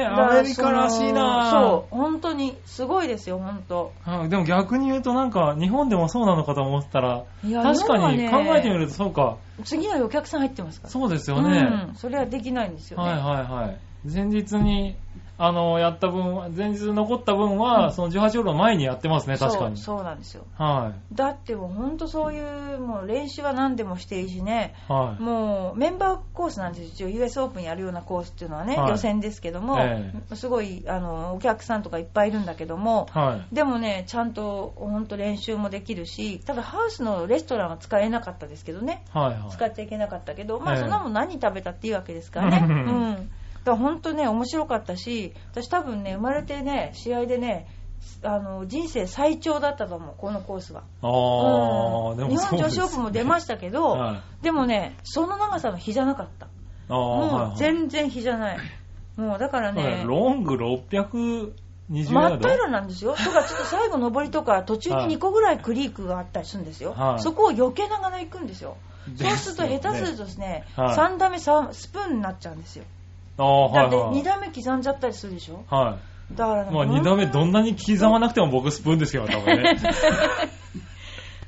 Speaker 2: え、
Speaker 1: だから
Speaker 2: アメリカらしいな
Speaker 1: そのそう、本当にすごいですよ、本当。
Speaker 2: はいでも逆に言うとなんか日本でもそうなのかと思ってたら、
Speaker 1: いや
Speaker 2: 確か
Speaker 1: 日
Speaker 2: に考
Speaker 1: 本はね
Speaker 2: えてみるとそうか、
Speaker 1: 次の日お客さん入ってますから。
Speaker 2: そうですよね。
Speaker 1: うん、それはできないんですよね。
Speaker 2: はいはいはい。前日に、あの、やった分は、前日残った分は、その18夜の前にやってますね、確かに。
Speaker 1: そうそうなんですよ。
Speaker 2: は
Speaker 1: だってもう本当そういう、もう練習は何でもしていいしね、
Speaker 2: い。はい。
Speaker 1: もうメンバーコースなんですよ、一応 US オープンやるようなコースっていうのはね、
Speaker 2: はい
Speaker 1: 予選ですけども、
Speaker 2: え
Speaker 1: すごいあのお客さんとかいっぱいいるんだけども、
Speaker 2: はい。
Speaker 1: でもね、ちゃんと本当練習もできるし、ただハウスのレストランは使えなかったですけどね、
Speaker 2: はいはい。
Speaker 1: 使っちゃいけなかったけど、ま
Speaker 2: え
Speaker 1: あ
Speaker 2: え
Speaker 1: そんなもん何食べたっていいわけですからね。
Speaker 2: う
Speaker 1: うんん。だから本当ね、面白かったし、私多分ね、生まれてね、試合でね、あの人生最長だったと思う、このコースは。
Speaker 2: あ
Speaker 1: う
Speaker 2: あ、
Speaker 1: ん
Speaker 2: でも
Speaker 1: 日
Speaker 2: そ
Speaker 1: 本
Speaker 2: うで
Speaker 1: 女
Speaker 2: す
Speaker 1: 子オープンも出ま
Speaker 2: し
Speaker 1: したけ
Speaker 2: た
Speaker 1: ど、
Speaker 2: はい。
Speaker 1: でもね、その長さの日じゃなかった。
Speaker 2: ああ、はい
Speaker 1: も
Speaker 2: は
Speaker 1: う
Speaker 2: い。
Speaker 1: 全然日じゃない。もうだから
Speaker 2: そうだ
Speaker 1: ね
Speaker 2: よ、ロング620ヤ
Speaker 1: 真
Speaker 2: ー
Speaker 1: っ
Speaker 2: ド。
Speaker 1: 平らなんですよ。とか、ちょっと最後上りとか、途中に2個ぐらいクリークがあったりするんですよ。
Speaker 2: はい
Speaker 1: そこを避けながら行くんですよ。そうすると下手する
Speaker 2: と。
Speaker 1: とですね、
Speaker 2: はい
Speaker 1: 3打目さスプーンになっちゃうんですよ。
Speaker 2: ああ、は
Speaker 1: だ
Speaker 2: い
Speaker 1: って
Speaker 2: はい。
Speaker 1: 2打目刻んじゃったりするでしょ
Speaker 2: は
Speaker 1: だから
Speaker 2: い。
Speaker 1: ね
Speaker 2: まあ2打目どん
Speaker 1: も
Speaker 2: なに刻まなくても僕スプーンですけどね、多 分ね。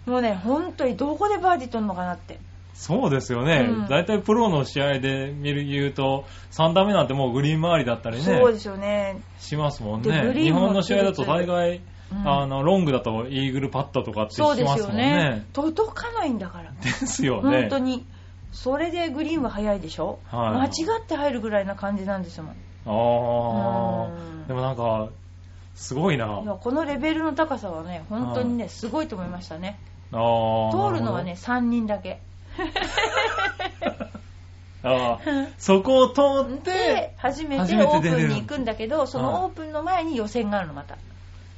Speaker 1: うもうね、本当にどこでバーディー取るのかなって。
Speaker 2: そうですよね
Speaker 1: うん。
Speaker 2: 大体プロの試合で見る言うと、3打目なんてもうグリーン周りだったりね
Speaker 1: そう、ですよね。
Speaker 2: しますもん
Speaker 1: で
Speaker 2: ね
Speaker 1: グ。リ
Speaker 2: 日
Speaker 1: ーンも
Speaker 2: 本の試合だと大概、
Speaker 1: うん
Speaker 2: あの、ロングだとイーグルパットとかってし
Speaker 1: そうで
Speaker 2: ますす
Speaker 1: よ
Speaker 2: もん
Speaker 1: ね
Speaker 2: ね。。
Speaker 1: 届かないんだから。
Speaker 2: ですよね。
Speaker 1: 本当に。それでグリーンは早いでしょ、
Speaker 2: はい
Speaker 1: 間違って入るぐらいな感じなんですもん。
Speaker 2: あ
Speaker 1: うん
Speaker 2: あ。でもなんか、すごいな。
Speaker 1: いやこのレベルの高さはね、本当にね、すごいと思いましたね。
Speaker 2: ああ。
Speaker 1: 通るのはね、3人だけ。
Speaker 2: ああ、そこを通って
Speaker 1: で、、初め
Speaker 2: 初
Speaker 1: て
Speaker 2: め
Speaker 1: オ
Speaker 2: て
Speaker 1: ー
Speaker 2: 出れ
Speaker 1: プ
Speaker 2: る
Speaker 1: ンに行くんだけど、そのオープンの前に予選があるの、また。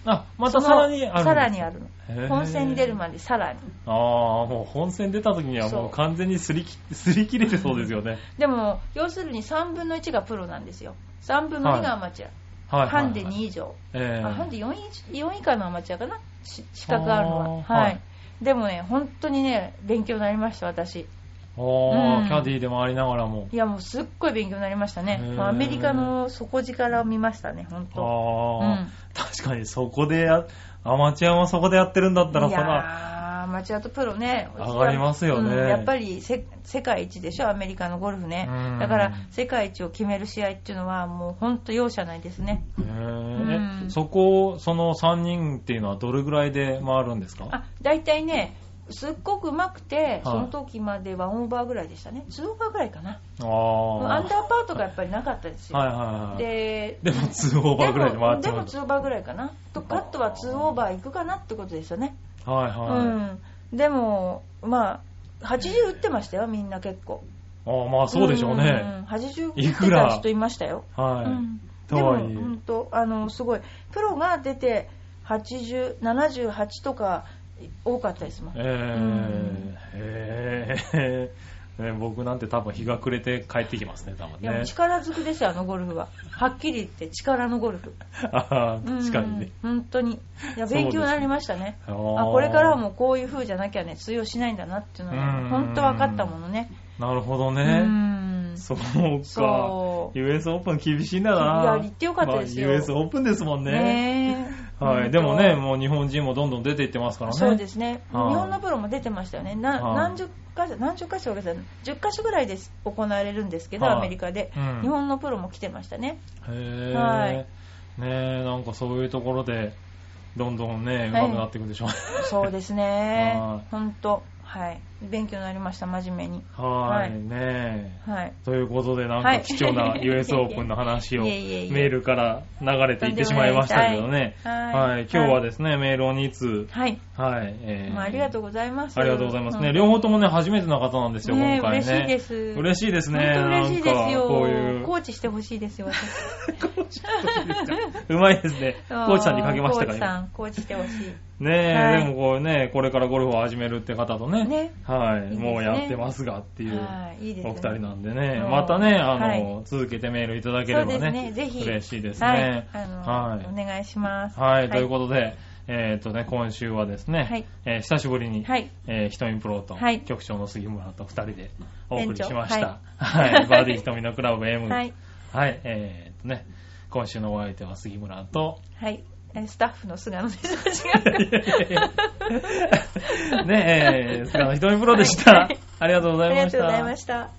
Speaker 2: あ、またさらにある。
Speaker 1: そのさらにある
Speaker 2: へー
Speaker 1: の。本戦に出るまでさらに。
Speaker 2: ああ、もう本戦出た時にはも
Speaker 1: そうう
Speaker 2: 完全にすりき、すり切れてそうですよね。
Speaker 1: でも、要するに3分の1がプロなんですよ。3分の2がアマチュア。
Speaker 2: はい。
Speaker 1: ハンデ
Speaker 2: はい
Speaker 1: 2以上。
Speaker 2: ええ
Speaker 1: あハンデ 4, 以4以下のアマチュアかなし資格があるのは。
Speaker 2: あー
Speaker 1: は
Speaker 2: はい
Speaker 1: い。でもね、本当にね、勉強になりました、私。
Speaker 2: おー
Speaker 1: うん
Speaker 2: キャディーで回りながらも。
Speaker 1: いや、もうすっごい勉強になりましたね
Speaker 2: へー。
Speaker 1: もうアメリカの底力を見ましたね、本当。
Speaker 2: ああ、
Speaker 1: うん
Speaker 2: 確かにそこでや、アマチュアもそこでやってるんだったら
Speaker 1: い
Speaker 2: そ
Speaker 1: や
Speaker 2: ら、
Speaker 1: ーアマチュアとプロね
Speaker 2: 上がりますよね
Speaker 1: うんやっぱりせ世界一でしょアメリカのゴルフね
Speaker 2: うん
Speaker 1: だから世界一を決める試合っていうのはもう本当容赦ないですね
Speaker 2: へー
Speaker 1: う
Speaker 2: え
Speaker 1: ん
Speaker 2: そこを、その3人っていうのはどれぐらいで回るんですか
Speaker 1: あ大体ねすっごく上手くて
Speaker 2: い
Speaker 1: その時まではオーバーぐらいでしたね2オーバーぐらいかな
Speaker 2: あ
Speaker 1: ア
Speaker 2: あ
Speaker 1: ンダーパーとかやっぱりなかったですよ、
Speaker 2: はいはいはい。で
Speaker 1: で
Speaker 2: も2オーバーぐらいで回っち
Speaker 1: で
Speaker 2: ゃう
Speaker 1: も
Speaker 2: んだ。
Speaker 1: 2オーバーぐらいかなとカットは2オーバーいくかなってことですよね、
Speaker 2: はいはい。
Speaker 1: うんでもまあ80打ってましたよみんな結構
Speaker 2: ああ、まあそうでしょうね。
Speaker 1: ん。80
Speaker 2: い
Speaker 1: い
Speaker 2: く
Speaker 1: く
Speaker 2: ら
Speaker 1: ら人いましたよ。
Speaker 2: はい。
Speaker 1: うん
Speaker 2: と
Speaker 1: でも、
Speaker 2: は
Speaker 1: う
Speaker 2: いえ
Speaker 1: んと、あの、すごい。プロが出て、80、78とか多かったですもん。うん
Speaker 2: えー、へー、ね僕なんて多分日が暮れて帰ってきますね、多分
Speaker 1: いやも
Speaker 2: ね
Speaker 1: う。力ずくですよ、あのゴルフは。はっきり言って、力のゴルフ。
Speaker 2: あー
Speaker 1: うん
Speaker 2: 確かにね。
Speaker 1: 本当に。いや、
Speaker 2: そうですね
Speaker 1: 勉強になりましたね。
Speaker 2: あー
Speaker 1: あこれからはもうこういう風じゃなきゃね、通用しないんだなっていうの
Speaker 2: うん
Speaker 1: が、本当分かったものね。
Speaker 2: なるほど
Speaker 1: う
Speaker 2: ね。
Speaker 1: ん。
Speaker 2: そうか。
Speaker 1: そう。
Speaker 2: US オープン厳しいんだな。
Speaker 1: いや行ってよかったですよ
Speaker 2: まあ US オープンですもんね。
Speaker 1: ねえ
Speaker 2: はい。でもね、もう日本人もどんどん出ていってますからね。
Speaker 1: そうですね、
Speaker 2: はい
Speaker 1: 日本のプロも出てましたよね、な
Speaker 2: はい
Speaker 1: 何十箇所、何十箇所かじゃない10箇所ぐらいです行われるんですけど、
Speaker 2: はい
Speaker 1: アメリカで、
Speaker 2: うん
Speaker 1: 日本のプロも来てましたね、
Speaker 2: へー
Speaker 1: はい
Speaker 2: ねえ、なんかそういうところで、どんどんね、上手くなっていくでしょうね。
Speaker 1: そうですね
Speaker 2: はい、
Speaker 1: 本当、はい、勉強になりました、真面目に。
Speaker 2: は
Speaker 1: は
Speaker 2: ー
Speaker 1: い
Speaker 2: い、ね
Speaker 1: はい。
Speaker 2: え。ということで、なん
Speaker 1: は
Speaker 2: か
Speaker 1: い
Speaker 2: 貴重な US オープンの話を
Speaker 1: い
Speaker 2: メ
Speaker 1: えいえいえ
Speaker 2: ールから流れていってしまいましたけどね。
Speaker 1: は
Speaker 2: はいい、今日はですね、メールを2通。
Speaker 1: はい。
Speaker 2: はい、えー
Speaker 1: まあ、ありがとうございます。
Speaker 2: ありがとうございますね。
Speaker 1: ん
Speaker 2: 両方ともね、初めての方なんですよ、
Speaker 1: ねえ
Speaker 2: 今回ね。
Speaker 1: 嬉しいです
Speaker 2: 嬉しいですね。
Speaker 1: 本当嬉しいですよ。
Speaker 2: なんかこういう。
Speaker 1: コーチしてほしいですよ、私。
Speaker 2: うまいですね。 コーチさんにかけましたか
Speaker 1: コーチさ
Speaker 2: ら
Speaker 1: ん、コーチしてほしい。
Speaker 2: ねえ、
Speaker 1: はい
Speaker 2: でもこうね、これからゴルフを始めるって方とね、
Speaker 1: ね
Speaker 2: はい
Speaker 1: いいですね
Speaker 2: もうやってますがっていう。
Speaker 1: はい、いいです
Speaker 2: お
Speaker 1: ね。
Speaker 2: 二人なんでね、
Speaker 1: うん
Speaker 2: またね、あの、
Speaker 1: は
Speaker 2: 続けてメールいただければ
Speaker 1: そうです
Speaker 2: ね、
Speaker 1: ねぜひ
Speaker 2: 嬉しいです
Speaker 1: はい
Speaker 2: ね。。
Speaker 1: あの、
Speaker 2: はい
Speaker 1: お願いします。
Speaker 2: はい、ということで、えーっ、とね、今週はですね、
Speaker 1: はい
Speaker 2: えー久しぶりに、
Speaker 1: はい
Speaker 2: えー、ひとみプロと、
Speaker 1: はい
Speaker 2: 局長の杉村と二人でお送りしまし
Speaker 1: 店
Speaker 2: た。はい、 バーディーひとみのクラブ M。
Speaker 1: は
Speaker 2: はいい、えーっ、とね、今週のお相手は杉村 と、
Speaker 1: はい。えスタッフの菅野 です。違う。
Speaker 2: ねえー、菅野ひとみプロでした。ありがとうござ
Speaker 1: あ
Speaker 2: い
Speaker 1: り
Speaker 2: ま
Speaker 1: が
Speaker 2: し
Speaker 1: とうござい
Speaker 2: た
Speaker 1: ま。した。